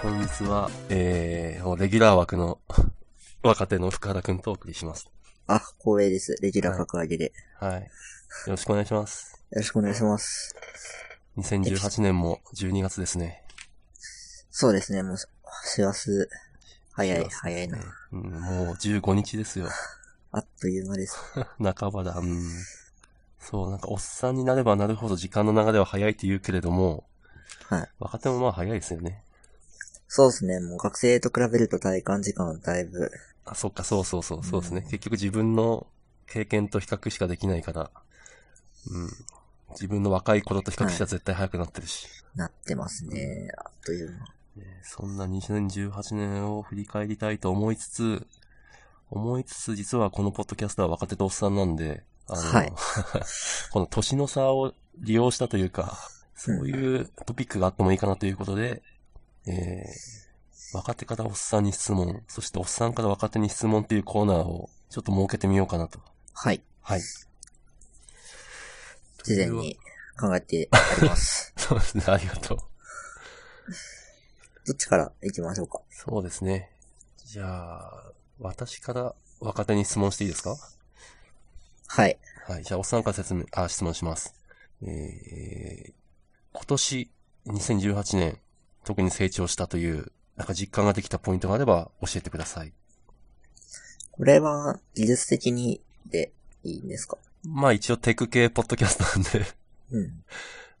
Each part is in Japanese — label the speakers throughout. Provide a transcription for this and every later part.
Speaker 1: 本日は、えー、もうレギュラー枠の 若手の福原くんとお送りします。
Speaker 2: あ、光栄です。レギュラー格上げで。よ
Speaker 1: はい。よろしくお願いします。
Speaker 2: ろしくお願いします。
Speaker 1: 2018年も12月ですね。
Speaker 2: そうですね、もう、師走、早い、早いな。
Speaker 1: うん、もう15日ですよ。
Speaker 2: あっという間です。
Speaker 1: 半ばだ。うん。そう、なんかおっさんになればなるほど時間の流れは早いって言うけれども、
Speaker 2: はい。
Speaker 1: 若手もまあ早いですよね。
Speaker 2: そうですね、もう学生と比べると体感時間はだいぶ、
Speaker 1: あ、そっか、そうそうそう、そうですね。結局自分の経験と比較しかできないから、うん。自分の若い頃と比較したら絶対早くなってるし。
Speaker 2: なってますね。あっという間。
Speaker 1: ねそんな2018年を振り返りたいと思いつつ、思いつつ実はこのポッドキャスターは若手とおっさんなんで、あの、
Speaker 2: はい
Speaker 1: この年の差を利用したというか、そういうトピックがあってもいいかなということで、えー、若手からおっさんに質問、そしておっさんから若手に質問というコーナーをちょっと設けてみようかなと。
Speaker 2: はい。
Speaker 1: はい。
Speaker 2: 事前に考えてあります。
Speaker 1: そうです ね、ありがとう。
Speaker 2: どっちから行きましょうか。
Speaker 1: そうですね。じゃあ、私から若手に質問していいですか
Speaker 2: はい。
Speaker 1: はい。じゃあ、おっさんから説明、あ、質問します。えー、今年、2018年、特に成長したという、なんか実感ができたポイントがあれば教えてください。
Speaker 2: これは、技術的にでいいんですか
Speaker 1: まあ一応テク系ポッドキャストなんで、
Speaker 2: うん。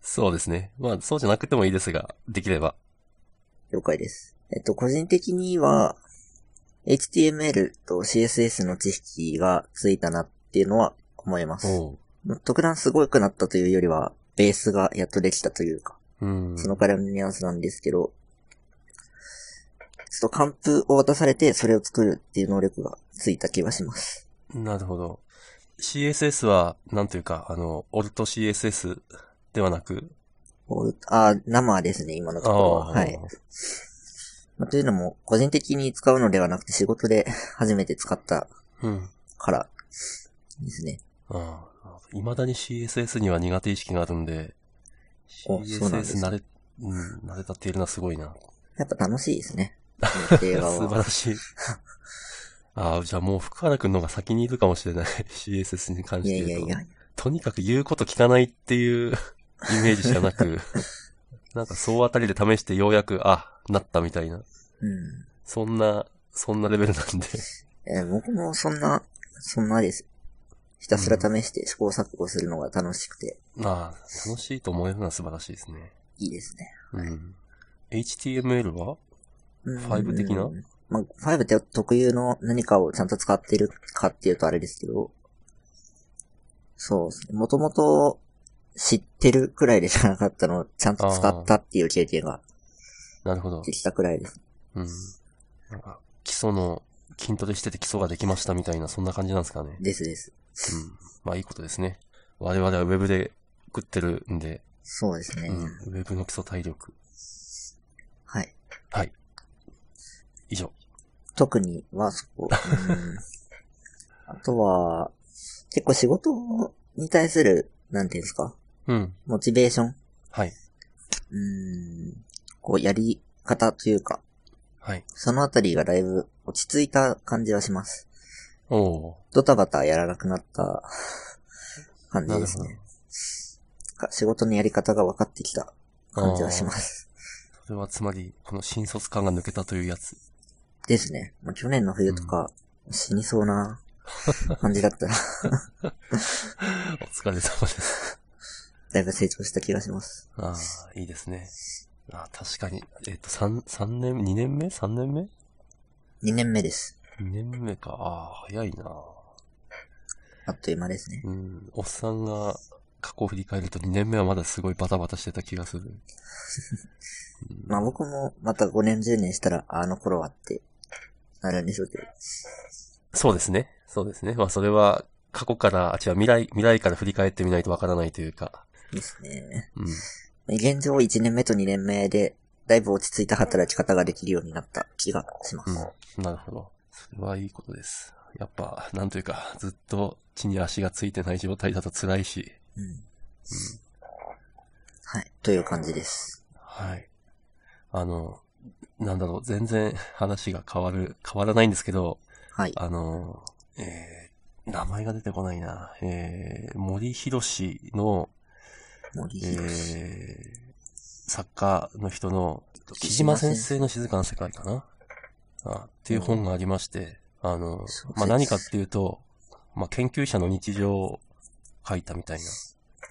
Speaker 1: そうですね。まあそうじゃなくてもいいですが、できれば。
Speaker 2: 了解です。えっと、個人的には、HTML と CSS の知識がついたなっていうのは思います。
Speaker 1: おう。
Speaker 2: 特段すごくなったというよりは、ベースがやっとできたというか、
Speaker 1: うん。
Speaker 2: そのからいのニュアンスなんですけど、ちょっと完封を渡されて、それを作るっていう能力がついた気がします。
Speaker 1: なるほど。CSS は、なんというか、あの、オルト CSS ではなく、
Speaker 2: おあ、生ですね、今のところは。
Speaker 1: ー
Speaker 2: はい。まあというのも、個人的に使うのではなくて、仕事で初めて使った
Speaker 1: うん。
Speaker 2: からですね。
Speaker 1: ああ、未だに CSS には苦手意識があるんで、
Speaker 2: おそうなんです
Speaker 1: CSS 慣れ、うん、慣れたっているのはすごいな。
Speaker 2: やっぱ楽しいですね。この映画
Speaker 1: 素晴
Speaker 2: は
Speaker 1: ら。しい。 ああ、じゃあもう福原くんの方が先にいるかもしれない。CSS に関
Speaker 2: い
Speaker 1: し
Speaker 2: や
Speaker 1: て言う
Speaker 2: い
Speaker 1: と。
Speaker 2: やいや。
Speaker 1: とにかく言うこと聞かないっていう イメージじゃな く、なんか総当たりで試してようやく、あ、なったみたいな。
Speaker 2: うん。
Speaker 1: そんな、そんなレベルなんで。
Speaker 2: えー僕もそんな、そんなです。ひたすら試して試行錯誤するのが楽しくて
Speaker 1: ああ、楽しいと思えるのは素晴らしいですね。
Speaker 2: いいですね。
Speaker 1: うん。HTML は
Speaker 2: うん
Speaker 1: 5的な
Speaker 2: まあ、5って特有の何かをちゃんと使ってるかっていうとあれですけど、そうですね。もともと知ってるくらいでしかなかったのをちゃんと使ったっていう経験が
Speaker 1: なるほど
Speaker 2: で。きたくらいです。
Speaker 1: うん。なんか、基礎の、筋トレしてて基礎ができましたみたいな、そんな感じなんですかね。
Speaker 2: ですです。
Speaker 1: うん。まあいいことですね。我々はウェブで食ってるんで、
Speaker 2: そうですね。
Speaker 1: うん。ウェブの基礎体力。
Speaker 2: はい。
Speaker 1: はい。以上。
Speaker 2: 特にはそこ。うん、あとは、結構仕事に対する、なんていうんですか、
Speaker 1: うん。
Speaker 2: モチベーション
Speaker 1: はい。
Speaker 2: うーん、こう、やり方というか、
Speaker 1: はい。
Speaker 2: そのあたりがだいぶ落ち着いた感じはします。
Speaker 1: おお
Speaker 2: ドタバタやらなくなった感
Speaker 1: ー。
Speaker 2: じ
Speaker 1: な
Speaker 2: で
Speaker 1: る
Speaker 2: す
Speaker 1: ほど
Speaker 2: ね。。か仕事のやり方が分かってきた感じはします。
Speaker 1: それはつまり、この新卒感が抜けたというやつ。
Speaker 2: ですね。もう去年の冬とか、死にそうな感じだったら、
Speaker 1: お疲れ様です。
Speaker 2: だいぶ成長した気がします。
Speaker 1: ああ、いいですね。ああ、確かに。えっ、と、三、三年、二年目三年目
Speaker 2: 2年目です。
Speaker 1: 二年目か。ああ、早いな。
Speaker 2: あっという間ですね。
Speaker 1: うん、おっさんが過去を振り返ると2年目はまだすごいバタバタしてた気がする。
Speaker 2: まあ僕もまた5年10年したら、あの頃はって、なるんでしょうけど。
Speaker 1: そうですね。そうですね。まあそれは過去から、あ、違う、未来、未来から振り返ってみないとわからないというか。
Speaker 2: ですね。
Speaker 1: うん。
Speaker 2: 現状1年目と2年目で、だいぶ落ち着いた働き方ができるようになった気がします。
Speaker 1: うん。なるほど。それはいいことです。やっぱ、なんというか、ずっと地に足がついてない状態だと辛いし。
Speaker 2: うん。はい。という感じです。
Speaker 1: はい。あの、なんだろう、全然話が変わる、変わらないんですけど、
Speaker 2: はい。
Speaker 1: あの、えー、名前が出てこないな。えー、森博氏の、
Speaker 2: 森
Speaker 1: え
Speaker 2: 博士。
Speaker 1: ー、作家の人の、木島先生の静かな世界かなあっていう本がありまして、あの
Speaker 2: そう、
Speaker 1: まあ、
Speaker 2: そう
Speaker 1: 何かっていうと、まあ、研究者の日常を書いたみたいな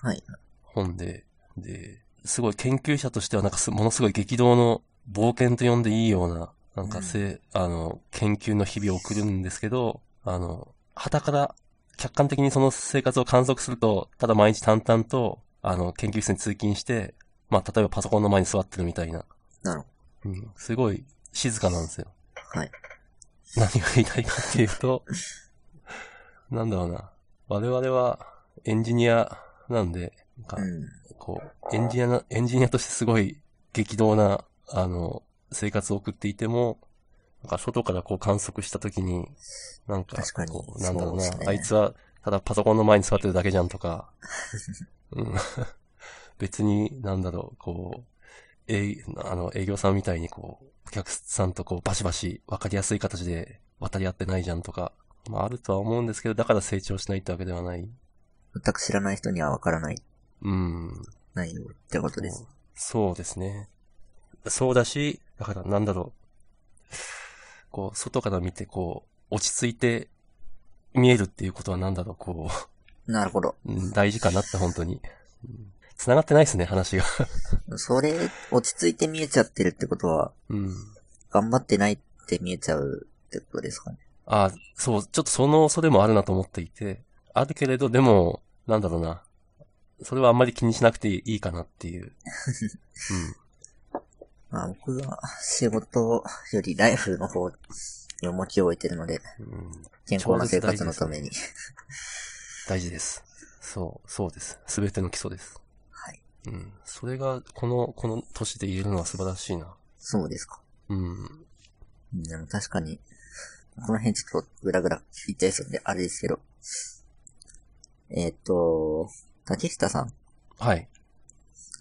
Speaker 2: はい。
Speaker 1: 本で、で、すごい研究者としてはなんかすものすごい激動の冒険と呼んでいいような、なんかせ、あの、研究の日々を送るんですけど、あの、旗から客観的にその生活を観測すると、ただ毎日淡々と、あの、研究室に通勤して、まあ、例えばパソコンの前に座ってるみたいな、
Speaker 2: なるほ
Speaker 1: うん、すごい静かなんですよ。
Speaker 2: ど。はい。
Speaker 1: 何が言いたいかっていうと、なんだろうな。我々はエンジニアなんで、なんか
Speaker 2: うん。
Speaker 1: こう、エンジニアな、エンジニアとしてすごい激動な、あの、生活を送っていても、なんか外からこう観測した時に、なんか
Speaker 2: 確かに
Speaker 1: こう、なんだろうな、
Speaker 2: そうですね
Speaker 1: あいつはただパソコンの前に座ってるだけじゃんとか、 うん、 別になんだろう、こう、えいあの、営業さんみたいにこう、お客さんとこう、バシバシ分かりやすい形で渡り合ってないじゃんとか、まああるとは思うんですけど、だから成長しないってわけではない。
Speaker 2: 全く知らない人にはわからない
Speaker 1: うん。
Speaker 2: 内容ってことです。
Speaker 1: そうですね。そうだし、だからなんだろう。こう、外から見て、こう、落ち着いて見えるっていうことはなんだろう、こ
Speaker 2: なるほど。
Speaker 1: う、うん大事かなって本当に。うん繋がってないですね、話が。
Speaker 2: それ、落ち着いて見えちゃってるってことは、
Speaker 1: うん。
Speaker 2: 頑張ってないって見えちゃうってことですかね。
Speaker 1: あそう、ちょっとその恐れもあるなと思っていて、あるけれど、でも、なんだろうな。それはあんまり気にしなくていいかなって いう。
Speaker 2: まあ僕は仕事よりライフの方に重きを置いてるので、
Speaker 1: うん。うん
Speaker 2: 健康な生活のために。
Speaker 1: 大事です。そう、そうです。すべての基礎です。
Speaker 2: はい。
Speaker 1: うん。それが、この、この年で言えるのは素晴らしいな。
Speaker 2: そうですか。
Speaker 1: うん。
Speaker 2: うんでも確かに、この辺ちょっとぐらぐら言っちゃいそうで、あれですけど。えーっと、竹下さん。
Speaker 1: はい。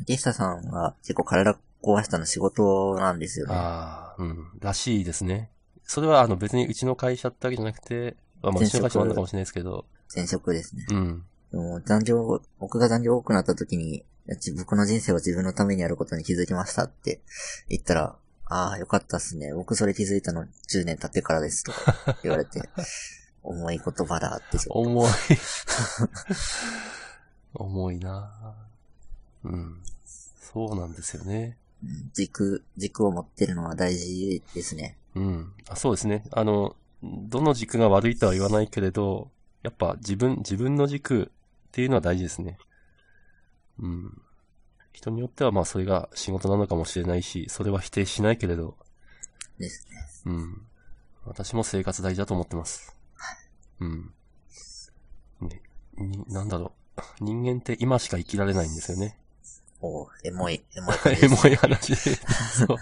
Speaker 2: 竹下さんは結構体壊したの仕事なんですよね。
Speaker 1: ああ、うん。らしいですね。それは、あの、別にうちの会社ってわけじゃなくて、まあ、まあうちの会社もあるのかもしれないですけど、
Speaker 2: 前職ですね。
Speaker 1: うん。
Speaker 2: もう残業、僕が残業多くなった時に、じ僕の人生を自分のためにやることに気づきましたって言ったら、ああ、よかったっすね。僕それ気づいたの10年経ってからですとか言われて、 重い言葉だってちょっ
Speaker 1: 重い。重いなうん。そうなんですよね。
Speaker 2: と、うん軸、軸を持ってるのは大事ですね。
Speaker 1: うん。あそうですね。あの、どの軸が悪いとは言わないけれど、やっぱ自分、自分の軸っていうのは大事ですね。うん。人によってはまあそれが仕事なのかもしれないし、それは否定しないけれど、
Speaker 2: ですね。
Speaker 1: うん。私も生活大事だと思ってます。うん。ね、に、なんだろう。人間って今しか生きられないんですよね。
Speaker 2: おうエモい、エモい感じ
Speaker 1: エ
Speaker 2: です。
Speaker 1: モい話で。そう。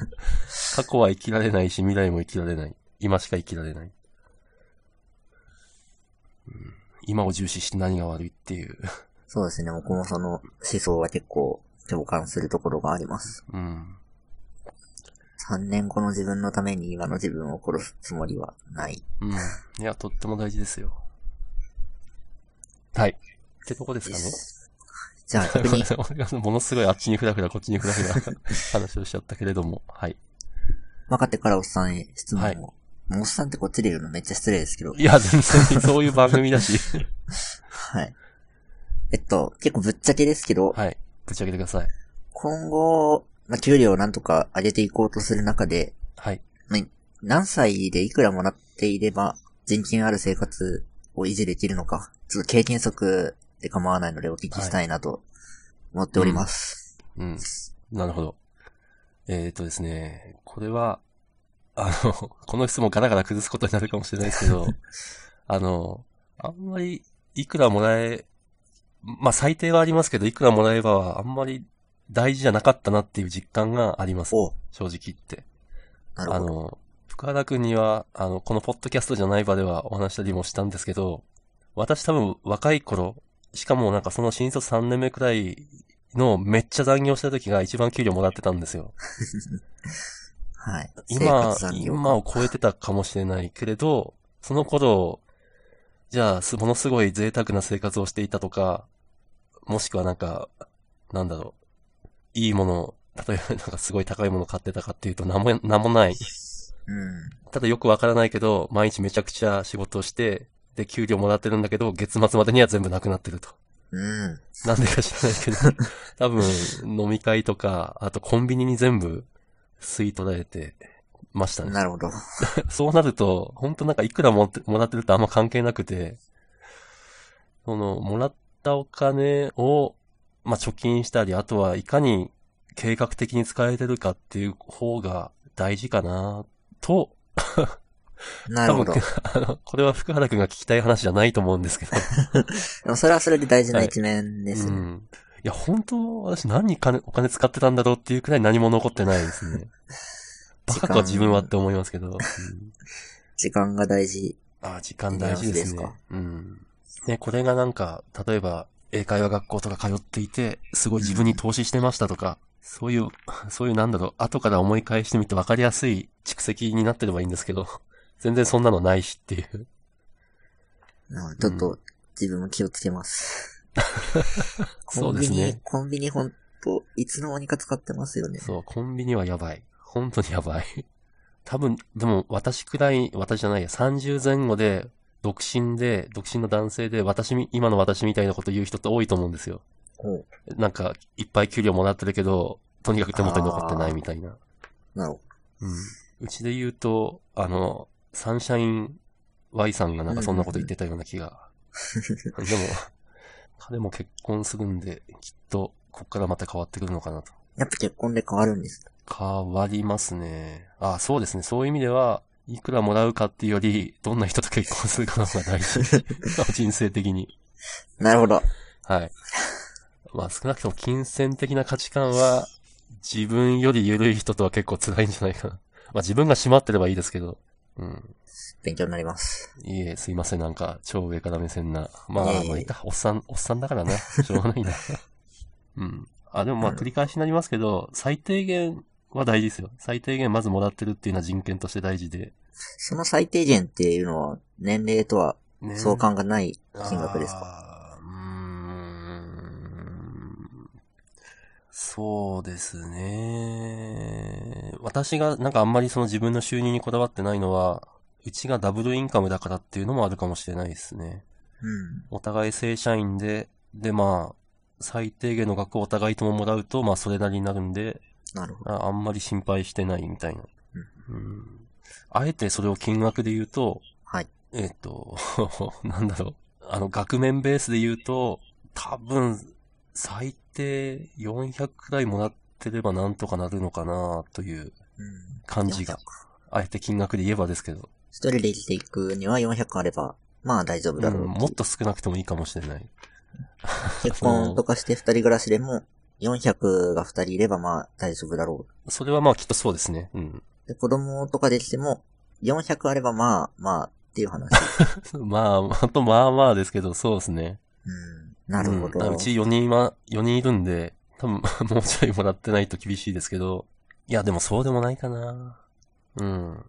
Speaker 1: 過去は生きられないし、未来も生きられない。今しか生きられない。うん、今を重視して何が悪いっていう。
Speaker 2: そうですね。僕もその思想は結構共感するところがあります。
Speaker 1: うん。
Speaker 2: 3年後の自分のために今の自分を殺すつもりはない。
Speaker 1: うん。いや、とっても大事ですよ。はい。ってとこです
Speaker 2: で
Speaker 1: かね。
Speaker 2: す。じゃあ逆に、
Speaker 1: 俺がものすごいあっちにふらふら、こっちにふらふら 話をしちゃったけれども。はい。
Speaker 2: 若手からおっさんへ質問を。
Speaker 1: はい
Speaker 2: もうおっさんってこっちで言うのめっちゃ失礼ですけど。
Speaker 1: いや、全然そういう番組だし。
Speaker 2: はい。えっと、結構ぶっちゃけですけど、
Speaker 1: はい。ぶち上げてください。
Speaker 2: 今後、まあ、給料をなんとか上げていこうとする中で、
Speaker 1: はい。
Speaker 2: まあ何歳でいくらもらっていれば、人権ある生活を維持できるのか、ちょっと経験則で構わないのでお聞きしたいなと思っております。
Speaker 1: うん。なるほど。えっ、とですね、これは、あの、 この質問ガラガラ崩すことになるかもしれないですけど、あの、あんまりいくらもらえ、まあ最低はありますけど、いくらもらえばあんまり大事じゃなかったなっていう実感があります。
Speaker 2: お
Speaker 1: 正直言って。
Speaker 2: なる
Speaker 1: あ
Speaker 2: ほど。
Speaker 1: の、深原くんには、あの、このポッドキャストじゃない場ではお話したりもしたんですけど、私多分若い頃、しかもなんかその新卒3年目くらいのめっちゃ残業した時が一番給料もらってたんですよ。
Speaker 2: はい。生
Speaker 1: 今
Speaker 2: 活、残業
Speaker 1: 今を超えてたかもしれないけれど、その頃、じゃあ、すものすごい贅沢な生活をしていたとか、もしくはなんか、なんだろう、いいもの、例えばなんかすごい高いもの買ってたかっていうと、なんも、なんもない。
Speaker 2: うん。
Speaker 1: ただよくわからないけど、毎日めちゃくちゃ仕事をして、で、給料もらってるんだけど、月末までには全部なくなってると。
Speaker 2: うん。
Speaker 1: なんでか知らないけ ど、多分、飲み会とか、あとコンビニに全部吸い取られてましたね。
Speaker 2: なるほど。
Speaker 1: そうなると、本当なんかいくらもってもらってるとあんま関係なくて、その、もらったお金を、まあ、貯金したり、あとはいかに計画的に使えてるかっていう方が大事かな、と、
Speaker 2: な
Speaker 1: 多
Speaker 2: るほど。
Speaker 1: 分
Speaker 2: で、
Speaker 1: あの、これは福原くんが聞きたい話じゃないと思うんですけど。
Speaker 2: もそれはそれで大事な
Speaker 1: はい
Speaker 2: 一面 です
Speaker 1: う
Speaker 2: ね。
Speaker 1: ん。いや、本当私何に金、お金使ってたんだろうっていうくらい何も残ってないです ね。バカか自分はって思いますけど。うん
Speaker 2: 時間が大事。
Speaker 1: ああ、時間大事です
Speaker 2: 見
Speaker 1: ね。
Speaker 2: 直しで
Speaker 1: うん。ね、これがなんか、例えば、英会話学校とか通っていて、すごい自分に投資してましたとか、そういう、 そういうなんだろう、後から思い返してみて分かりやすい蓄積になってればいいんですけど、全然そんなのないしっていう。
Speaker 2: うんちょっと、自分も気をつけます。
Speaker 1: そうですね。
Speaker 2: コンビニ、コンビニほんと、いつの間にか使ってますよね。
Speaker 1: そう、コンビニはやばい。本当にやばい。多分、でも私くらい、私じゃないや、30前後で、独身で、独身の男性で、私み、今の私みたいなこと言う人って多いと思うんですよ。
Speaker 2: ほう
Speaker 1: なんか、いっぱい給料もらってるけど、とにかく手元に残ってないみたいな。
Speaker 2: なるほ
Speaker 1: うん。うちで言うと、あの、サンシャイン Y さんがなんかそんなこと言ってたような気が。でも、彼も結婚するんで、きっと、こっからまた変わってくるのかなと。
Speaker 2: やっぱ結婚で変わるんです。
Speaker 1: 変わりますね。あ、そうですね。そういう意味では、いくらもらうかっていうより、どんな人と結婚するかの方が大事。人生的に。
Speaker 2: なるほど。
Speaker 1: はい。まあ少なくとも金銭的な価値観は、自分より緩い人とは結構辛いんじゃないかな。まあ自分が閉まってればいいですけど。うん。
Speaker 2: 勉強になります。
Speaker 1: いえ、すいません。なんか、超上から目線な。まあ、
Speaker 2: いえいえ
Speaker 1: まあいいか。おっさん、おっさんだから な。しょうがないな。うん。あ、でもまあ繰り返しになりますけど、最低限は大事ですよ。最低限まずもらってるっていうのは人権として大事で。
Speaker 2: その最低限っていうのは、年齢とは
Speaker 1: ね
Speaker 2: 相関がない金額ですか、
Speaker 1: かうーん。そうですね。私がなんかあんまりその自分の収入にこだわってないのは、うちがダブルインカムだからっていうのもあるかもしれないですね。
Speaker 2: うん。
Speaker 1: お互い正社員で、でまあ、最低限の額をお互いとももらうと、まあそれなりになるんで、
Speaker 2: なるほど。
Speaker 1: ああんまり心配してないみたいな。うんあえてそれを金額で言うと、
Speaker 2: はい
Speaker 1: えっ、と、 なんだろう。あの、額面ベースで言うと、多分、最低400くらいもらってればなんとかなるのかなという
Speaker 2: うん。
Speaker 1: 感じが
Speaker 2: 400。
Speaker 1: あえて金額で言えばですけど、
Speaker 2: 一人で生きていくには400あれば、まあ大丈夫
Speaker 1: う
Speaker 2: だろ
Speaker 1: ん
Speaker 2: う。
Speaker 1: もっと少なくてもいいかもしれない。
Speaker 2: 結婚とかして二人暮らしでも、400が二人いればまあ大丈夫だろ
Speaker 1: それはまあきっとそうですね。うん。
Speaker 2: う。で、子供とかできても、400あればまあ、まあっていう話。
Speaker 1: まあ、あとまあまあですけど、そうですね。
Speaker 2: うん。なるほど。
Speaker 1: うんうち4人は、4人いるんで、多分 もうちょいもらってないと厳しいですけど、いや、でもそうでもないかな。うん。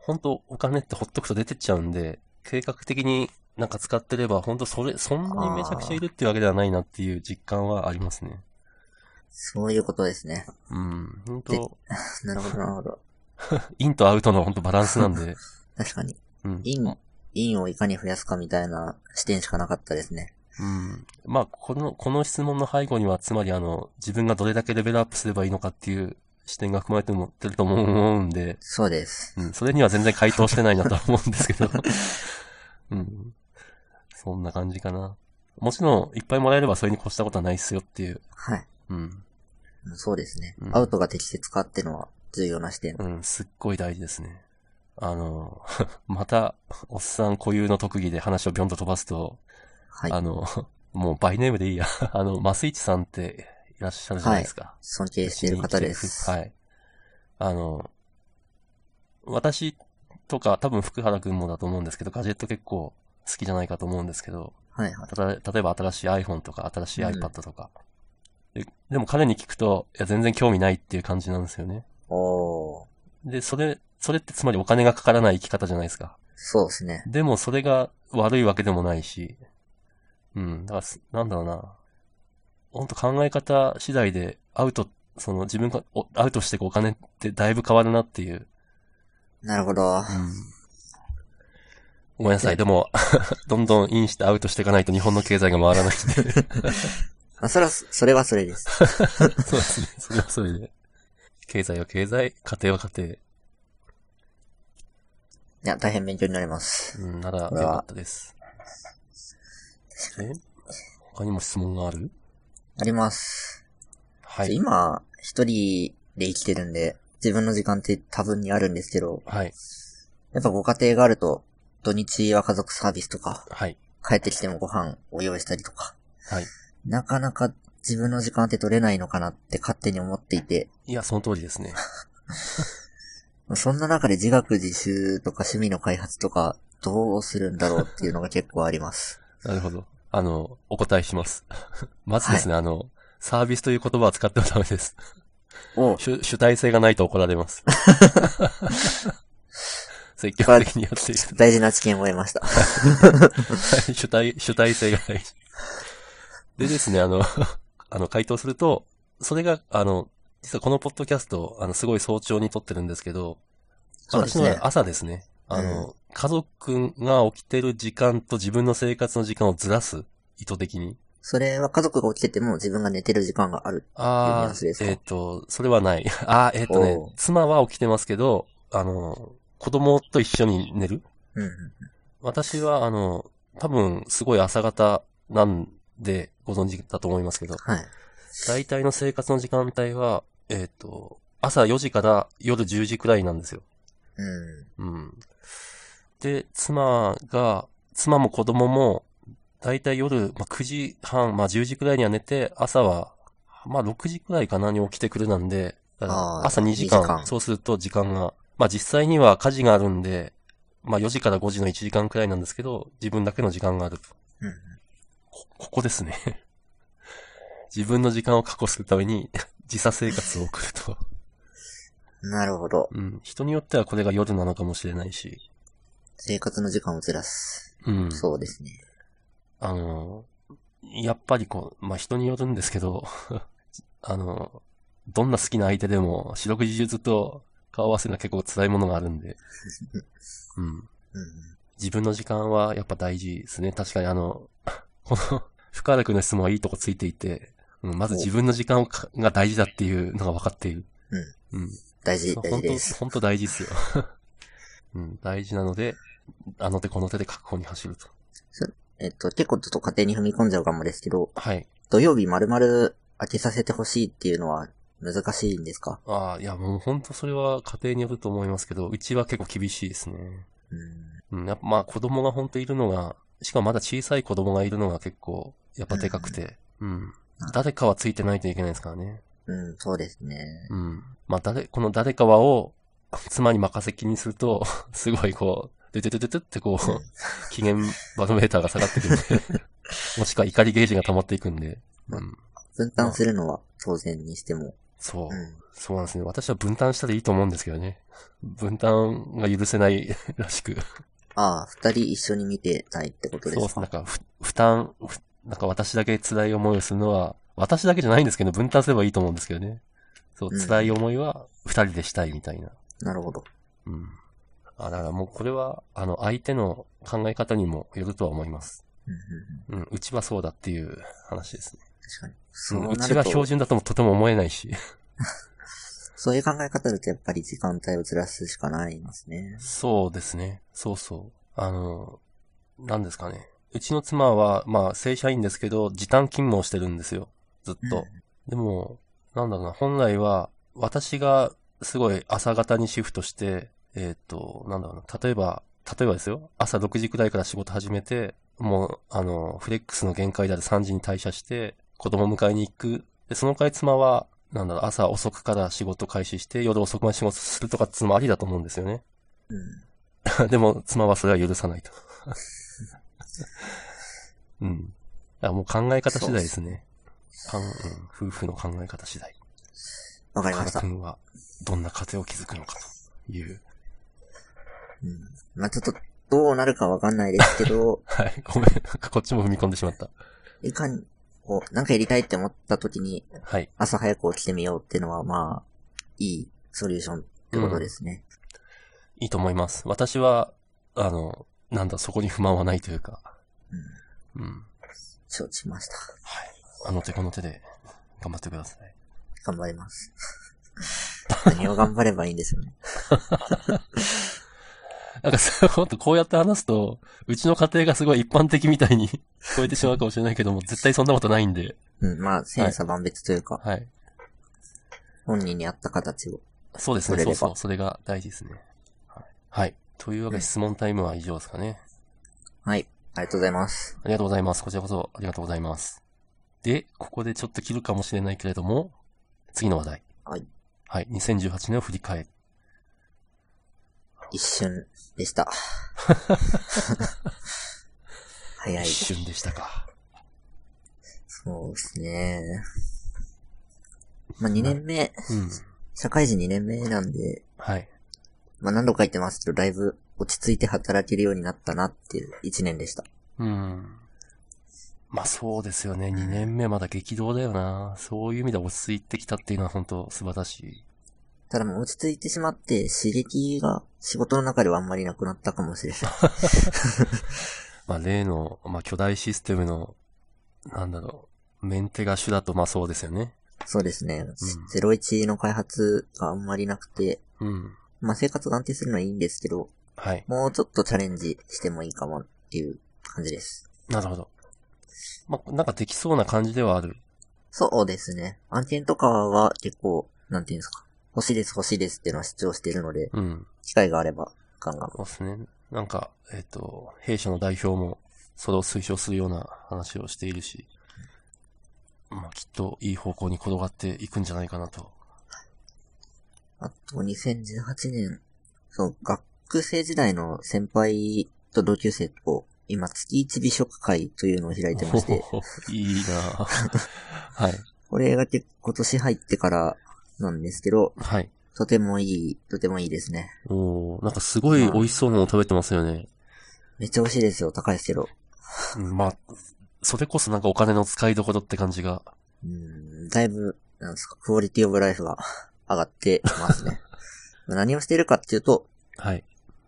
Speaker 1: 本当お金ってほっとくと出てっちゃうんで、計画的になんか使ってれば、本当それ、そんなにめちゃくちゃいるっていうわけではないなっていう実感はありますね。
Speaker 2: そういうことですね。
Speaker 1: うん。本当
Speaker 2: なるほど、なるほど。
Speaker 1: インとアウトの本当バランスなんで、
Speaker 2: 確かに。
Speaker 1: うん。
Speaker 2: イン、インをいかに増やすかみたいな視点しかなかったですね。
Speaker 1: うん。まあ、この、この質問の背後には、つまりあの、自分がどれだけレベルアップすればいいのかっていう視点が含まれてもってると思うんで、
Speaker 2: そうです。
Speaker 1: うん、それには全然回答してないなとは思うんですけ ど。うん。そんな感じかな。もちろん、いっぱいもらえればそれに越したことはないっすよっていう。
Speaker 2: はい。
Speaker 1: うん。
Speaker 2: うんそうですね。
Speaker 1: うん
Speaker 2: アウトが適切かっていうのは重要な視点。
Speaker 1: うん、すっごい大事ですね。あの、 また、おっさん固有の特技で話をビョンと飛ばすと、
Speaker 2: はい
Speaker 1: あ。の、もうバイネームでいいや。あの、マスイチさんっていらっしゃるじゃないですか。
Speaker 2: 尊敬している方です。
Speaker 1: はい。あの、私とか多分福原くんもだと思うんですけど、ガジェット結構好きじゃないかと思うんですけど、
Speaker 2: はいはい。
Speaker 1: ただ例えば新しい iPhone とか新しい
Speaker 2: うん
Speaker 1: iPad とか、で。でも彼に聞くと、いや、全然興味ないっていう感じなんですよね。
Speaker 2: おー。
Speaker 1: で、それ、それってつまりお金がかからない生き方じゃないですか。
Speaker 2: そうですね。
Speaker 1: でもそれが悪いわけでもないし、うん、だからす、なんだろうな。ほんと考え方次第でアウト、その自分がおアウトしていくお金ってだいぶ変わるなっていう。
Speaker 2: なるほど。
Speaker 1: うん。ごめんなさい。でも、 どんどんインしてアウトしていかないと日本の経済が回らないんで。
Speaker 2: まあ、それは、それはそれです。
Speaker 1: そうですね。 それはそれで。経済は経済、家庭は家
Speaker 2: いや、大変勉強になります。
Speaker 1: 庭。うん、ならよ
Speaker 2: これは
Speaker 1: かったです。え他にも質問がある
Speaker 2: あります。
Speaker 1: は
Speaker 2: ちょ
Speaker 1: い。
Speaker 2: 今、一人で生きてるんで、自分の時間って多分にあるんですけど、
Speaker 1: はい。
Speaker 2: やっぱご家庭があると、土日は家族サービスとか、
Speaker 1: はい。
Speaker 2: 帰ってきてもご飯を用意したりとか、
Speaker 1: はい。
Speaker 2: なかなか自分の時間って取れないのかなって勝手に思っていて、
Speaker 1: いや、その通り ですね。
Speaker 2: そんな中で自学自習とか趣味の開発とか、どうするんだろうっていうのが結構あり ます。
Speaker 1: なるほど。あの、お答えします。 まずですね、あの、サービスという言葉は使ってはダメです。
Speaker 2: お
Speaker 1: 主主体性がないと怒られ ます。積極的にやっていく。
Speaker 2: 大事な知見を得ました。
Speaker 1: 主体、主体性がない。でですね、あの、 あの、回答すると、それが、あの、実はこのポッドキャスト、あの、すごい早朝に撮ってるんですけど、
Speaker 2: そうです
Speaker 1: 私の
Speaker 2: ね
Speaker 1: は朝ですね、あの、家族が起きてる時間と自分の生活の時間をずらす、意図的に。
Speaker 2: それは家族が起きてても自分が寝てる時間がある。いうニュ
Speaker 1: あ
Speaker 2: アン
Speaker 1: あ
Speaker 2: スです、か
Speaker 1: えっ、と、それはない。 ああ、えっ、とね
Speaker 2: おう、
Speaker 1: 妻は起きてますけど、あの、子供と一緒に寝る
Speaker 2: うんうん。
Speaker 1: 私は、あの、多分、すごい朝方なんで、ご存知だと思いますけど、
Speaker 2: はい。
Speaker 1: 大体の生活の時間帯は、えっ、と、朝4時から夜10時くらいなんですよ。
Speaker 2: うん。
Speaker 1: うん。で、妻が、妻も子供も、大体夜、まあ、9時半、まあ、10時くらいには寝て、朝は、まあ、6時くらいかなに起きてくるなんで、だから
Speaker 2: あー
Speaker 1: 朝2時間
Speaker 2: 2時間
Speaker 1: そうすると時間が、まあ、実際には家事があるんで、まあ、4時から5時の1時間くらいなんですけど、自分だけの時間があると。
Speaker 2: うん
Speaker 1: こ、ここですね。 自分の時間を確保するため に、時差生活を送ると。
Speaker 2: なるほど。
Speaker 1: うん。人によってはこれが夜なのかもしれないし。
Speaker 2: 生活の時間をずらす。
Speaker 1: うん。
Speaker 2: そうですね。
Speaker 1: あの、やっぱりこう、まあ、人によるんですけど、 あの、どんな好きな相手でも、四六時中ずっと顔合わせるのは結構辛いものがあるんで、うん。
Speaker 2: うんうん。
Speaker 1: 自分の時間はやっぱ大事ですね。確かにあの、この、深原君の質問はいいとこついていて、うん、まず自分の時間をかが大事だっていうのが分かっている。うん。
Speaker 2: 大事、
Speaker 1: そう
Speaker 2: 大
Speaker 1: 本
Speaker 2: 事
Speaker 1: 当
Speaker 2: です。
Speaker 1: 本当大事ですよ。 うん、大事なので、あの手この手で確保に走ると。
Speaker 2: えっと、結構ちょっと家庭に踏み込んじゃうかもですけど、
Speaker 1: はい。
Speaker 2: 土曜日丸々開けさせてほしいっていうのは難しいんですか
Speaker 1: ああ、いやもう本当それは家庭によると思いますけど、うちは結構厳しいですね。
Speaker 2: うん。
Speaker 1: うん、やっぱまあ子供が本当いるのが、しかもまだ小さい子供がいるのが結構、やっぱでかくて、うん。誰かはついてないといけないですからね。
Speaker 2: うん、そうですね。
Speaker 1: うん。まあ誰、この誰かはを、妻に任せきにすると、 すごいこう、ドゥドゥドゥドゥってこ
Speaker 2: うん
Speaker 1: う、機嫌バロメーターが下がってくるんで、もしくは怒りゲージが溜まっていくんで、うん。
Speaker 2: 分担するのは当然にしても。
Speaker 1: そう
Speaker 2: う。ん。
Speaker 1: そうなんですね。私は分担したらいいと思うんですけどね。分担が許せないらしく。
Speaker 2: ああ、二人一緒に見てたいってこと
Speaker 1: そう
Speaker 2: で
Speaker 1: ですす。
Speaker 2: か
Speaker 1: なんか、ふ負担、ふなんか私だけ辛い思いをするのは、私だけじゃないんですけど、分担すればいいと思うんですけどね。そうう、
Speaker 2: ん
Speaker 1: 辛い思いは二人でしたいみたいな。
Speaker 2: なるほど。
Speaker 1: うん。あ、だからもうこれは、あの、相手の考え方にもよるとは思います。
Speaker 2: うんうんうん、
Speaker 1: うん、うちはそうだっていう話ですね。
Speaker 2: 確かに。
Speaker 1: う
Speaker 2: そ
Speaker 1: ん
Speaker 2: う
Speaker 1: う
Speaker 2: な
Speaker 1: ち
Speaker 2: る
Speaker 1: は
Speaker 2: と
Speaker 1: 標、準だともとても思えないし。
Speaker 2: そういう考え方だとやっぱり時間帯をずらすしかないんですね。
Speaker 1: そうですね。そうそう。あの、なんですかね。うちの妻は、まあ、正社員ですけど、時短勤務をしてるんですよ。ずっと。でも、なんだろうな、本来は、私が、すごい朝方にシフトして、えーっ、と、なんだろうな、例えば、例えばですよ、朝6時くらいから仕事始めて、もう、あの、フレックスの限界である3時に退社して、子供迎えに行く。で、その代わり妻は、なんだろう、朝遅くから仕事開始して、夜遅くまで仕事するとかっていうのもありだと思うんですよね。
Speaker 2: うん。
Speaker 1: でも、妻はそれは許さないと。 うん。あもう考え方次第ですね。かんうん、夫婦の考え方次第。
Speaker 2: わかり
Speaker 1: カ
Speaker 2: ま
Speaker 1: ラ
Speaker 2: した。
Speaker 1: 君は、どんな家庭を築くのかと。いう。、
Speaker 2: うん。まあ、ちょっと、どうなるかわかんないですけど
Speaker 1: はい。 ごめん。なんかこっちも踏み込んでしまった。
Speaker 2: いかに、こう、なんかやりたいって思った時に、
Speaker 1: はい。
Speaker 2: 朝早く起きてみようっていうのは、まあ、いいソリューションってことですね。
Speaker 1: いいと思います。私は、あの、なんだ、そこに不満はないというか。うん。
Speaker 2: 承知しました。
Speaker 1: あの手この手で、頑張ってください。
Speaker 2: 頑張ります。 何を頑張ればいいんですよね。
Speaker 1: なんか さ、ほんとこうやって話すと、うちの家庭がすごい一般的みたいに聞こえてしまうかもしれないけども、絶対そんなことないんで。
Speaker 2: うん、まあ、千差万別というか、
Speaker 1: はい。
Speaker 2: 本人に合った形を。
Speaker 1: そうです
Speaker 2: そ
Speaker 1: ね。
Speaker 2: れ
Speaker 1: そ
Speaker 2: で
Speaker 1: う
Speaker 2: は
Speaker 1: そう。それが大事ですね。はいはい。というわけで質問タイムは以上ですかね。
Speaker 2: はい、ありがとうございます。
Speaker 1: ありがとうございます。こちらこそありがとうございます。で、ここでちょっと切るかもしれないけれども、次の話題。
Speaker 2: はい。
Speaker 1: はい。2018年を振り返る。
Speaker 2: 一瞬でした。早い
Speaker 1: 一。瞬でしたか。
Speaker 2: そうですね。まあ、2年目、
Speaker 1: うん。
Speaker 2: 社会人2年目なんで、
Speaker 1: はい。
Speaker 2: まあ、何度か言ってますけど、だいぶ落ち着いて働けるようになったなっていう1年でした。
Speaker 1: うん。まあそうですよね。2年目まだ激動だよな。そういう意味では落ち着いてきたっていうのは本当素晴らしい。
Speaker 2: ただもう落ち着いてしまって、刺激が仕事の中ではあんまりなくなったかもしれない。
Speaker 1: まあ例の、まあ巨大システムの、なんだろう、メンテが主だとまあそうですよね。
Speaker 2: そうですね。01の開発があんまりなくて、
Speaker 1: うん。
Speaker 2: まあ生活が安定するのはいいんですけど、
Speaker 1: はい。
Speaker 2: もうちょっとチャレンジしてもいいかもっていう感じです。
Speaker 1: なるほど。まあなんかできそうな感じではある。
Speaker 2: そうですね。案件とかは結構、なんていうんですか。欲しいです欲しいですっていうのは主張しているので、
Speaker 1: うん。
Speaker 2: 機会があればガンガン。
Speaker 1: そうですね。なんか、えっ、と、弊社の代表もそれを推奨するような話をしているし、まあきっといい方向に転がっていくんじゃないかなと。
Speaker 2: あと2018年、そう、学生時代の先輩と同級生と、今月1美食会というのを開いてまして、
Speaker 1: おー いい なぁはい。
Speaker 2: これが結構今年入ってからなんですけど、
Speaker 1: はい。
Speaker 2: とてもいい、とてもいいですね。
Speaker 1: おーなんかすごい美味しそうなのを食べてますよね。
Speaker 2: めっちゃ美味しいですよ、高いですけど。
Speaker 1: うんまあ、それこそなんかお金の使いどころって感じが。
Speaker 2: うーん、だいぶ、なんですか、クオリティオブライフが上がってます ね。何をしているかっていうと、
Speaker 1: はい。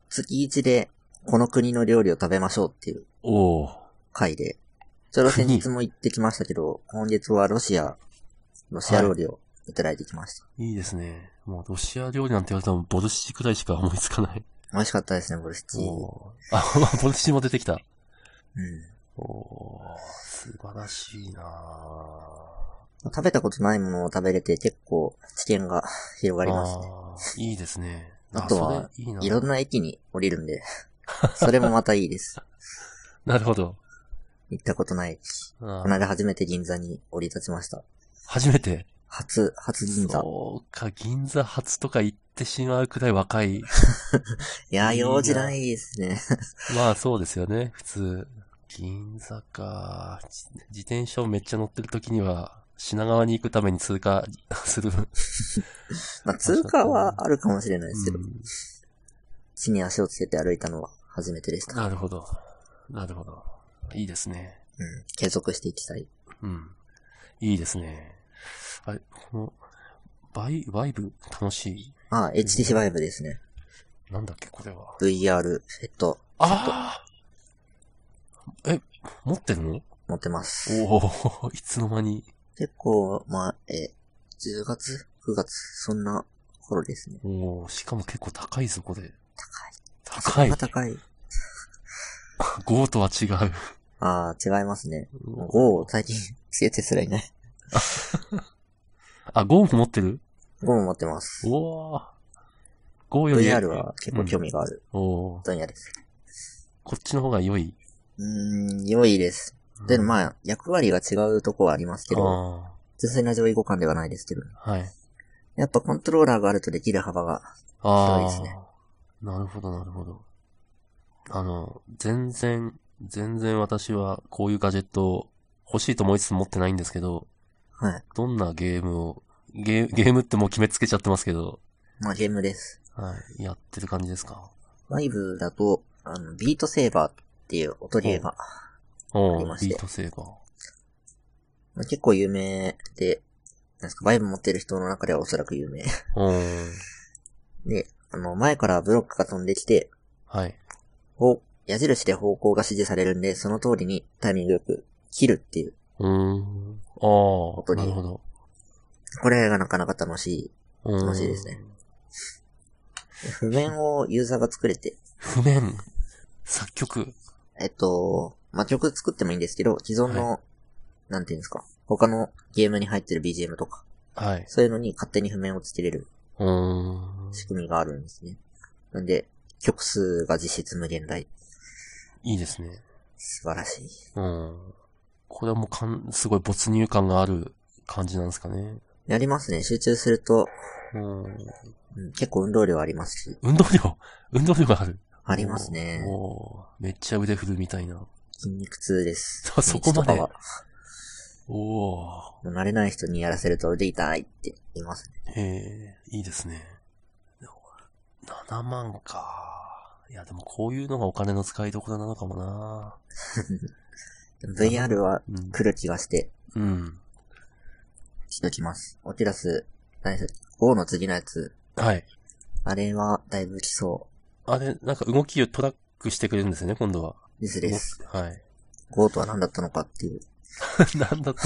Speaker 2: 月1でこの国の料理を食べましょうっていう
Speaker 1: おー
Speaker 2: 回で、ちょうど先日も行ってきましたけど、今月はロシア、ロシア料理をいただいてきました。
Speaker 1: いいですね。もうロシア料理なんて言われたらボルシチくらいしか思いつかない。
Speaker 2: 美味しかったですね、ボルシチ。うん。
Speaker 1: おー あ、まあボルシチも出てきた。おー素晴らしいなぁ
Speaker 2: 食べたことないものを食べれて結構知見が広がりますね。
Speaker 1: あーいいですね。
Speaker 2: あとは
Speaker 1: それいいない
Speaker 2: ろんな駅に降りるんで、 それもまたいいです。
Speaker 1: なるほど。
Speaker 2: 行ったことない駅。
Speaker 1: あ
Speaker 2: こ
Speaker 1: ー
Speaker 2: の間初めて銀座に降り立ちました。
Speaker 1: 初めて。
Speaker 2: 初、初銀座。
Speaker 1: そうか、銀座初とか行ってしまうくらい若 い。
Speaker 2: いやー、
Speaker 1: いいな
Speaker 2: 用事ないですね。
Speaker 1: まあそうですよね、普通。銀座か。自自転車をめっちゃ乗ってる時には、品川に行くために通過する。
Speaker 2: まあ、通過はあるかもしれないですけど、
Speaker 1: うん
Speaker 2: 地に足をつけて歩いたのは初めてでした。
Speaker 1: なるほど。なるほど。いいですね。
Speaker 2: うん。継続していきたい。
Speaker 1: うん。いいですね。あれ、この、バイ、バイブ楽しい。
Speaker 2: あー、HTC バイブですね。
Speaker 1: なんだっけ、これは。
Speaker 2: VR ヘッド
Speaker 1: ああえ、持ってるの
Speaker 2: 持ってます。
Speaker 1: おお いつの間に。
Speaker 2: 結構、まあ、えー、10月 ?9 月そんな頃ですね。
Speaker 1: おおしかも結構高いぞ、これ。
Speaker 2: 高
Speaker 1: 高
Speaker 2: い。
Speaker 1: い。
Speaker 2: まあ
Speaker 1: 高い。
Speaker 2: 高い。
Speaker 1: 5とは違う。
Speaker 2: あー、違いますね。5、最近、 つけてすらいない。
Speaker 1: あ、5も持ってる
Speaker 2: 5も持ってます。
Speaker 1: おー。5より。
Speaker 2: VR は結構興味がある
Speaker 1: おおー
Speaker 2: 分野です。
Speaker 1: こっちの方が良い。
Speaker 2: うーん、良いです。で、
Speaker 1: あ、
Speaker 2: まあ、役割が違うとこはありますけど、
Speaker 1: あ
Speaker 2: 純粋な上位互換ではないですけど、
Speaker 1: ーはい。
Speaker 2: やっぱコントローラーがあるとできる幅が、
Speaker 1: ああ。
Speaker 2: 広いですね
Speaker 1: なるほど、なるほど。あの、全然、全然私はこういうガジェットを欲しいと思いつつ持ってないんですけど、
Speaker 2: はい。
Speaker 1: どんなゲームを、ゲーゲームってもう決めつけちゃってますけど、
Speaker 2: まあゲームです。
Speaker 1: はい。やってる感じですか。
Speaker 2: ワイブだと、あの、ビートセーバーっていう音ゲーが、
Speaker 1: お
Speaker 2: あり
Speaker 1: う
Speaker 2: まして
Speaker 1: ビートセーバー。
Speaker 2: まあ結構有名で、なんですか、バイブ持ってる人の中ではおそらく有名。
Speaker 1: うん。
Speaker 2: で、あの、前からブロックが飛んできて、
Speaker 1: はい。
Speaker 2: を、矢印で方向が指示されるんで、その通りにタイミングよく切るっていう。
Speaker 1: うーん。ああ、
Speaker 2: 当に
Speaker 1: なるほど。
Speaker 2: これがなかなか楽し
Speaker 1: うん
Speaker 2: 楽しいですね。い。譜面をユーザーが作れて、
Speaker 1: 譜面、作曲。
Speaker 2: えっと、まあ、曲作ってもいいんですけど、既存の、なんていうんですか、他のゲームに入ってる BGM とか、
Speaker 1: はい。
Speaker 2: そういうのに勝手に譜面をつけれる
Speaker 1: うーん。
Speaker 2: 仕組みがあるんですね。なんで、曲数が実質無限大。
Speaker 1: いいですね。
Speaker 2: 素晴らしい。
Speaker 1: うん。これはもうかん、すごい没入感がある感じなんですかね。
Speaker 2: やりますね。集中すると、
Speaker 1: うん。
Speaker 2: うん、結構運動量ありますし。
Speaker 1: 運動量、 運動量がある。
Speaker 2: ありますね。
Speaker 1: おおーめっちゃ腕振るみたいな。
Speaker 2: 筋肉痛です。
Speaker 1: あ そこまで
Speaker 2: 道とかは
Speaker 1: おお
Speaker 2: もう慣れない人にやらせると腕痛いって言いますね。
Speaker 1: へえ、いいですね。7万か。いや、でもこういうのがお金の使いどころなのかもな。
Speaker 2: VR は
Speaker 1: うん。
Speaker 2: 来る気がして、
Speaker 1: うん。
Speaker 2: しときます。オキュラス、何でしたっけ ?5 の次のやつ。
Speaker 1: はい。
Speaker 2: あれはだいぶ来そ
Speaker 1: あれ、なんか動きをトラックしてくれるんですよね、今度は。
Speaker 2: うですです。
Speaker 1: はい。
Speaker 2: 5とは何だったのかっていう。
Speaker 1: なんだった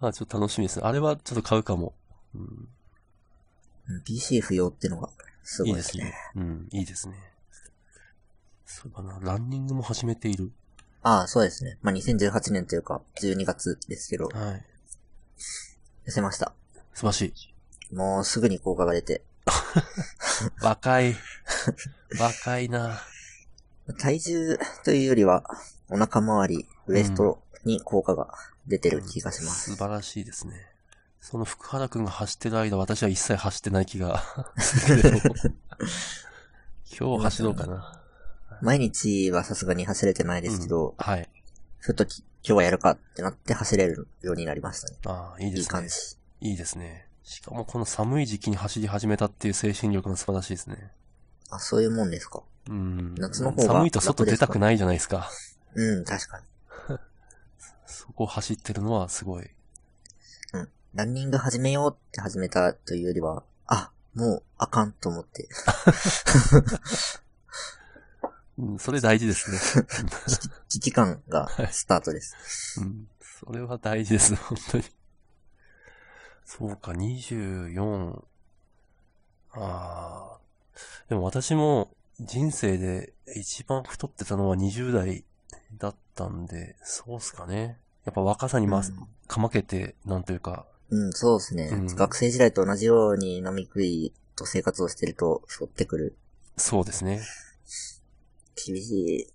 Speaker 1: あ、ちょっと楽しみですね。あれはちょっと買うかも。うん
Speaker 2: うん PC 不要ってのがすご
Speaker 1: い
Speaker 2: い
Speaker 1: い
Speaker 2: で
Speaker 1: ですす
Speaker 2: ね。
Speaker 1: ね。うん、いいですね。そういえばな、ランニングも始めている。
Speaker 2: ああ、そうですね。まあ、2018年というか、12月ですけど、
Speaker 1: はい。
Speaker 2: 痩せました。
Speaker 1: 素晴らしい。
Speaker 2: もうすぐに効果が出て。
Speaker 1: 若 い。若いな。
Speaker 2: 体重というよりは、お腹周り、ウエストに効果が出てる気がします。
Speaker 1: 素晴らしいですね。その福原くんが走ってる間、私は一切走ってない気 がするけど。今日走ろうかな。
Speaker 2: 毎日はさすがに走れてないですけど、
Speaker 1: はい。
Speaker 2: ふとき今日はやるかってなって走れるようになりましたね。
Speaker 1: ああ、いいで
Speaker 2: いい
Speaker 1: すね
Speaker 2: 感じ。。
Speaker 1: いいですね。しかもこの寒い時期に走り始めたっていう精神力が素晴らしいですね。
Speaker 2: あ、そういうもんですか。
Speaker 1: うん。
Speaker 2: 夏の方が
Speaker 1: 寒いと外出たくないじゃないですか。
Speaker 2: うん、確かに。
Speaker 1: そこを走ってるのはすごい。
Speaker 2: ランニング始めようって始めたというよりは、あ、もうあかんと思って、
Speaker 1: うん、それ大事 ですね。
Speaker 2: 危機感がスター トです。
Speaker 1: うん。それは大事です、本当に。そうか、24。ああ。でも私も人生で一番太ってたのは20代だったんで、そうっすかね。やっぱ若さにま、かまけて、なんというか、
Speaker 2: うん、そうですね、
Speaker 1: うん
Speaker 2: 学生時代と同じように飲み食いと生活をしてると、太ってくる。
Speaker 1: そうですね。
Speaker 2: 厳しい。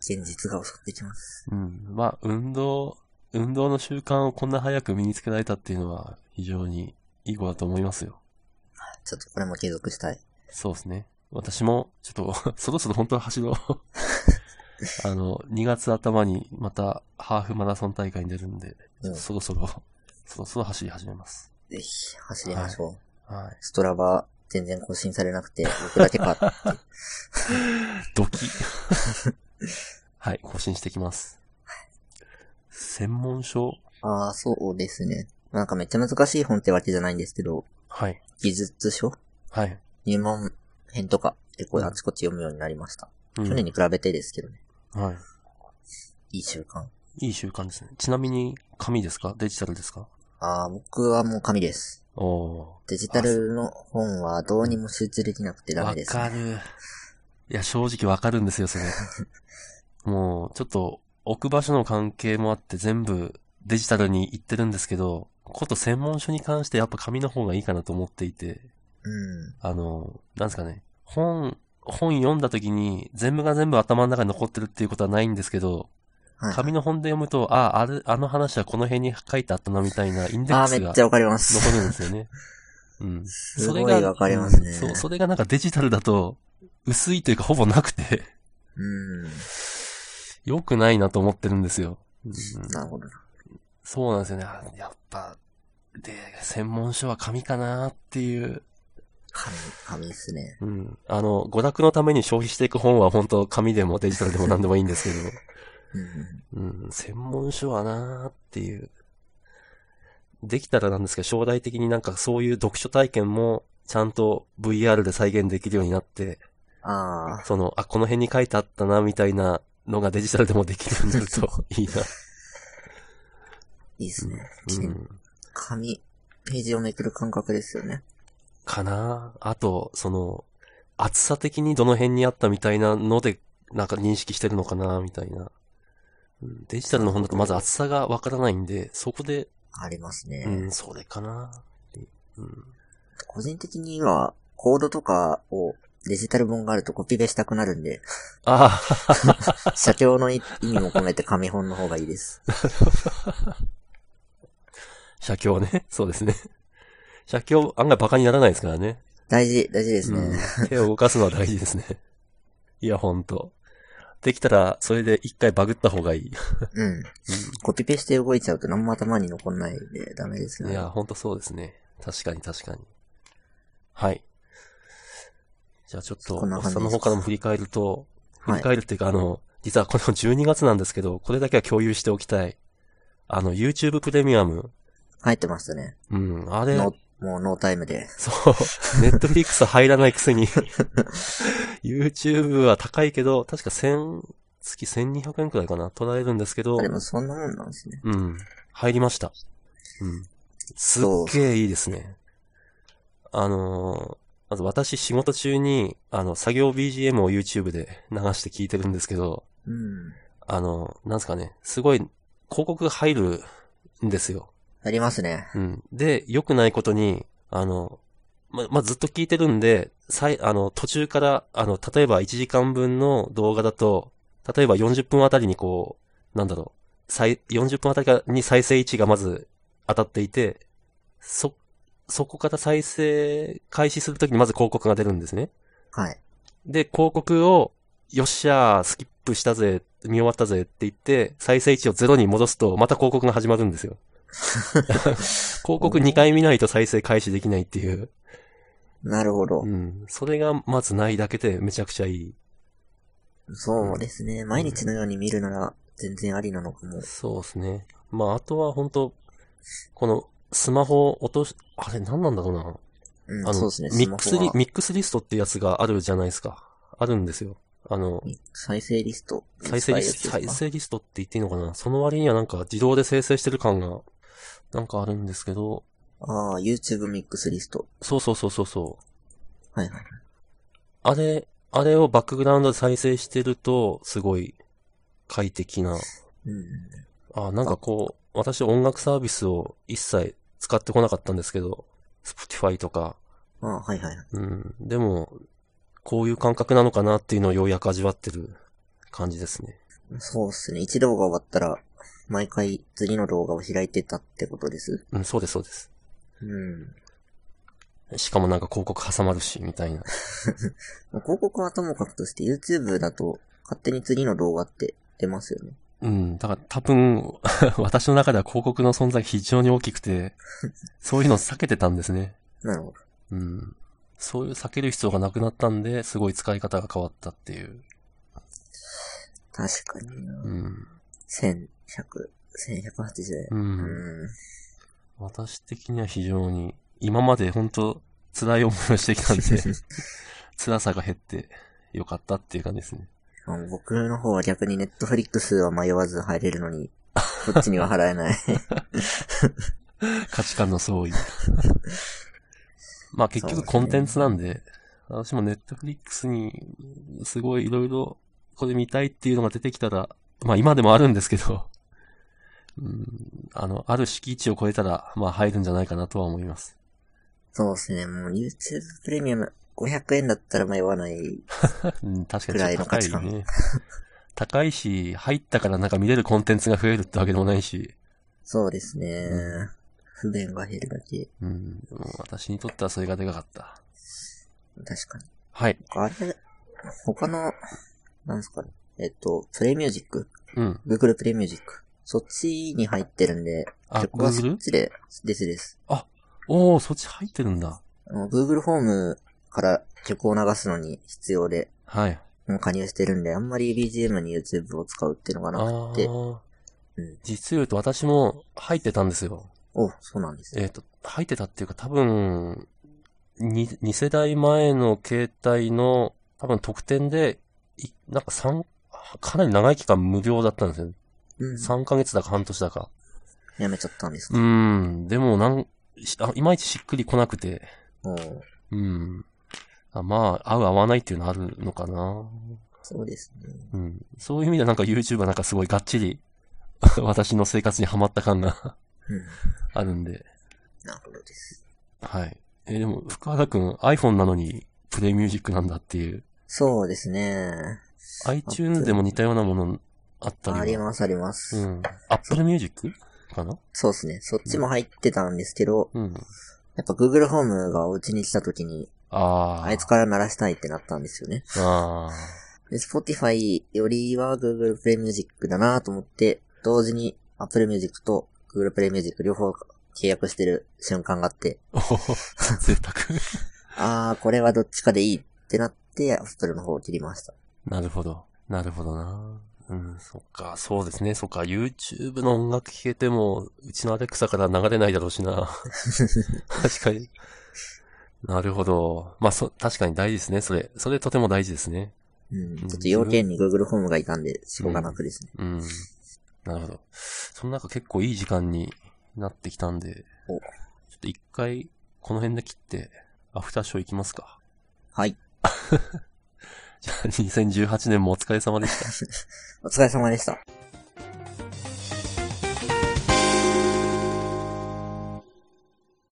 Speaker 2: 現実が襲ってきます。
Speaker 1: うん。まあ、運動、運動の習慣をこんな早く身につけられたっていうのは非常にいい子だと思いますよ。
Speaker 2: ちょっとこれも継続したい。
Speaker 1: そうですね。私も、ちょっと、 そろそろ本当は走ろう。 あの、2月頭にまたハーフマラソン大会に出るんで、
Speaker 2: うん
Speaker 1: そろそろ、そろそろ走り始めます。
Speaker 2: ぜひ、走りましょう。
Speaker 1: はい。
Speaker 2: ストラバ全然更新されなくて、僕だけか。
Speaker 1: ドキ。はい、更新してきます。専門書
Speaker 2: ああ、そうですね。なんかめっちゃ難しい本ってわけじゃないんですけど、
Speaker 1: はい。
Speaker 2: 技術書
Speaker 1: はい。
Speaker 2: 入門編とか、結構あちこち読むようになりました。
Speaker 1: う
Speaker 2: 去年
Speaker 1: ん。
Speaker 2: に比べてですけどね。
Speaker 1: はい
Speaker 2: い習慣。
Speaker 1: い。いい習慣ですね。ちなみに、紙ですかデジタルですか
Speaker 2: ああ、僕はもう紙です。
Speaker 1: おー。
Speaker 2: デジタルの本はどうにも集中できなくてダメです、
Speaker 1: わか
Speaker 2: ね。
Speaker 1: る。いや、正直わかるんですよ、 それ。もう、ちょっと、置く場所の関係もあって全部デジタルに行ってるんですけど、こと専門書に関してやっぱ紙の方がいいかなと思っていて、
Speaker 2: うん。
Speaker 1: あの、なんですかね、本、本読んだ時に全部が全部頭の中に残ってるっていうことはないんですけど、
Speaker 2: はい。
Speaker 1: 紙の本で読むと、ああ、あれ、あの話はこの辺に書いてあったなみたいなインデッ
Speaker 2: ああ
Speaker 1: ク
Speaker 2: ー、
Speaker 1: ス
Speaker 2: め
Speaker 1: が
Speaker 2: っちゃわかります。
Speaker 1: 残るんですよね。うん。
Speaker 2: すごいわかりますね。
Speaker 1: それがうんそう、それがなんかデジタルだと、薄いというかほぼなくて、
Speaker 2: うん。
Speaker 1: 良くないなと思ってるんですよ。うん
Speaker 2: なるほどな。
Speaker 1: そうなんですよね。あやっぱ、で、専門書は紙かなっていう。
Speaker 2: 紙、紙ですね。
Speaker 1: うん。あの、娯楽のために消費していく本は本当紙でもデジタルでも何でもいいんですけ
Speaker 2: うんうん。
Speaker 1: ど。うん。専門書はなーっていう。できたらなんですけど、将来的になんかそういう読書体験もちゃんと VR で再現できるようになって、
Speaker 2: ああ、
Speaker 1: その、あ、この辺に書いてあったな、みたいなのがデジタルでもできるようになる といいな。
Speaker 2: いいですね。
Speaker 1: う
Speaker 2: うん
Speaker 1: ん。
Speaker 2: 紙、ページをめくる感覚ですよね。
Speaker 1: かなあと、その、厚さ的にどの辺にあったみたいなので、なんか認識してるのかなみたいな。うんデジタルの本だとまず厚さがわからないんで、そこで、
Speaker 2: ありますね。
Speaker 1: うん、それかなってうん。
Speaker 2: 個人的には、コードとかをデジタル本があるとコピペしたくなるんで、
Speaker 1: あ
Speaker 2: 社長の意意味も込めて紙本の方がいいです。
Speaker 1: あ、写経ね。そうですね。写経案外バカにならないですからね。
Speaker 2: 大事、大事ですね。
Speaker 1: うん手を動かすのは大事ですね。いや、ほんと。できたら、それで一回バグった方がいい。
Speaker 2: うん。コピペして動いちゃうと何も頭に残んないんでダメですよ
Speaker 1: い
Speaker 2: ね。
Speaker 1: や、ほんとそうですね。確かに確かに。はい。じゃあちょっと、
Speaker 2: こんな
Speaker 1: おっ
Speaker 2: 感じ
Speaker 1: さんの方からも振り返ると、振
Speaker 2: は
Speaker 1: り
Speaker 2: い。
Speaker 1: 返るっていうか、あの、実はこの12月なんですけど、これだけは共有しておきたい。あの、YouTube プレミアム。
Speaker 2: 入ってましたね。
Speaker 1: うん、あれ、
Speaker 2: のもうノータイムで。
Speaker 1: そう、Netflix 入らないくせに、YouTube は高いけど、確か1000、月1200円くらいかな、取られるんですけど
Speaker 2: あ、でもそんなもんなんですね。
Speaker 1: うん。入りました。うん。すっ
Speaker 2: そう
Speaker 1: げえいいですね。あのー、まず私仕事中に、あの、作業 BGM を YouTube で流して聞いてるんですけど、
Speaker 2: うん。
Speaker 1: あの、なんですかね、すごい広告が入るんですよ。
Speaker 2: ありますね。
Speaker 1: うん。で、良くないことに、あの、ま、まあ、ずっと聞いてるんで、さい、あの、途中から、あの、例えば1時間分の動画だと、例えば40分あたりにこう、なんだろう、再、40分あたりかに再生位置がまず当たっていて、そ、そこから再生開始するときにまず広告が出るんですね。
Speaker 2: はい。
Speaker 1: で、広告を、よっしゃー、スキップしたぜ、見終わったぜって言って、再生位置をゼロに戻すと、また広告が始まるんです よ。広告2回見ないと再生開始できないっていう。
Speaker 2: なるほど
Speaker 1: う。ん。それがまずないだけでめちゃくちゃいい。
Speaker 2: そうですね。毎日のように見るなら全然ありなのかも。
Speaker 1: そうですね。まあ、あとは本当この、スマホを落とし、あれ何なんだろうな。
Speaker 2: うん、
Speaker 1: あ
Speaker 2: そう
Speaker 1: の、
Speaker 2: ですね。
Speaker 1: ミックス
Speaker 2: スマホ
Speaker 1: リ
Speaker 2: は、
Speaker 1: ミックスリストってやつがあるじゃないですか。あるんですよ。あの、
Speaker 2: 再生リスト。
Speaker 1: 再生リスト、再生リストって言っていいのかなその割にはなんか自動で生成してる感が、なんかあるんですけど、
Speaker 2: ああ、YouTube ミックスリスト。
Speaker 1: そうそうそうそうそう。
Speaker 2: はいはい。
Speaker 1: あれ、あれをバックグラウンドで再生してると、すごい快適な。
Speaker 2: うん。
Speaker 1: あ、なんかこう、私音楽サービスを一切使ってこなかったんですけど、Spotify とか、
Speaker 2: ああ、はいはいはい。
Speaker 1: うん。でも、こういう感覚なのかなっていうのをようやく味わってる感じですね。
Speaker 2: そうですね。一動画終わったら、毎回次の動画を開いてたってことです。
Speaker 1: うん、そうですそうです。
Speaker 2: うん。
Speaker 1: しかもなんか広告挟まるし、みたいな。
Speaker 2: まあ広告はともかくとして YouTube だと勝手に次の動画って出ますよね。
Speaker 1: うん、だから多分、 私の中では広告の存在が非常に大きくて、そういうのを避けてたんですね。
Speaker 2: なるほ
Speaker 1: う
Speaker 2: ど。
Speaker 1: ん。そういう避ける必要がなくなったんで、すごい使い方が変わったっていう。
Speaker 2: 確かにな。
Speaker 1: うん。
Speaker 2: 1100、1180円。
Speaker 1: うん。
Speaker 2: うん。
Speaker 1: 私的には非常に、今まで本当辛い思いをしてきたんで、 辛さが減ってよかったっていう感じですね。
Speaker 2: あの僕の方は逆に Netflix は迷わず入れるの に、こっちには払えない。
Speaker 1: 価値観の 相違。まあ結局コンテンツなんで、私もネットフリックスに、すごいいろいろ、これ見たいっていうのが出てきたら、まあ今でもあるんですけど、 うん、あの、ある敷地を超えたら、まあ入るんじゃないかなとは思います。
Speaker 2: そうですね。もう YouTube プレミアム500円だったら迷わない。
Speaker 1: うん、確かに
Speaker 2: くらい
Speaker 1: ちょっと
Speaker 2: の
Speaker 1: 高
Speaker 2: 価値
Speaker 1: い
Speaker 2: 観
Speaker 1: ね。高いし、入ったからなんか見れるコンテンツが増えるってわけでもないし、
Speaker 2: そうですね
Speaker 1: う。
Speaker 2: 不便が減るだけ。
Speaker 1: うん、もう私にとってはそれがでかかった。
Speaker 2: 確かに。
Speaker 1: はい。
Speaker 2: あれ、他の、なんですかね。えっと、プレミュージック
Speaker 1: うん。
Speaker 2: ?Google プレミュージック。そっちに入ってるんで、
Speaker 1: あ、
Speaker 2: 僕はそ
Speaker 1: Google?
Speaker 2: っちで、ですです。
Speaker 1: おおそっち入ってるんだ。
Speaker 2: あの Google フォームから曲を流すのに必要で、
Speaker 1: はい。
Speaker 2: もう加入してるんで、あんまり BGM に YouTube を使うっていうのが
Speaker 1: あ
Speaker 2: な
Speaker 1: あ
Speaker 2: くて、
Speaker 1: ー
Speaker 2: うん。
Speaker 1: 実を言うと私も入ってたんですよ。
Speaker 2: お、そうなんですね。
Speaker 1: えっ、と、入ってたっていうか多分、に2世代前の携帯の多分特典で、いなんか3、かなり長い期間無料だったんですよ。
Speaker 2: うん。
Speaker 1: 3ヶ月だか半年だか。
Speaker 2: やめちゃったんです
Speaker 1: う
Speaker 2: か、
Speaker 1: ん、でもなん、しあいまいちしっくりこなくて、
Speaker 2: おー
Speaker 1: うん。あまあ、合う合わないっていうのあるのかな。
Speaker 2: そうですね。
Speaker 1: うん。そういう意味ではなんか YouTube はなんかすごいがっちり、 私の生活にはまった感が
Speaker 2: うん。
Speaker 1: あるんで、
Speaker 2: なるほどです。
Speaker 1: はい。えーでも、福原くん iPhone なのに、プレイミュージックなんだっていう。
Speaker 2: そうですね。
Speaker 1: iTunes でも似たようなものあったりは。
Speaker 2: ありますあります。
Speaker 1: うん。Apple Music? かな
Speaker 2: そうですね。そっちも入ってたんですけど、
Speaker 1: うん。
Speaker 2: やっぱ Google ホームがお家に来た時に、
Speaker 1: ああ。
Speaker 2: あいつから鳴らしたいってなったんですよね。
Speaker 1: あ
Speaker 2: で、Spotify よりは Google Play Music だなと思って、同時に Apple Music と Google Play Music 両方契約してる瞬間があって、
Speaker 1: あ。おほほ 贅沢。
Speaker 2: あー、これはどっちかでいいってなって、Apple の方を切りました。
Speaker 1: なるほど。なるほどな。うん、そっか、そうですね、そっか、YouTube の音楽聴けても、うちのアレクサから流れないだろうし な。確かに。なるほど。まあ、そ、確かに大事ですね、それ。それとても大事ですね。
Speaker 2: うん。ちょっと要件に Google ホームがいたんで、しょうがなくですね。
Speaker 1: うん。なるほど。その中結構いい時間になってきたんで、ち
Speaker 2: お
Speaker 1: ょっと一回、この辺で切って、アフターショー行きますか。
Speaker 2: はい。
Speaker 1: じゃあ、2018年もお疲れ様でした。
Speaker 2: お疲れ様でした。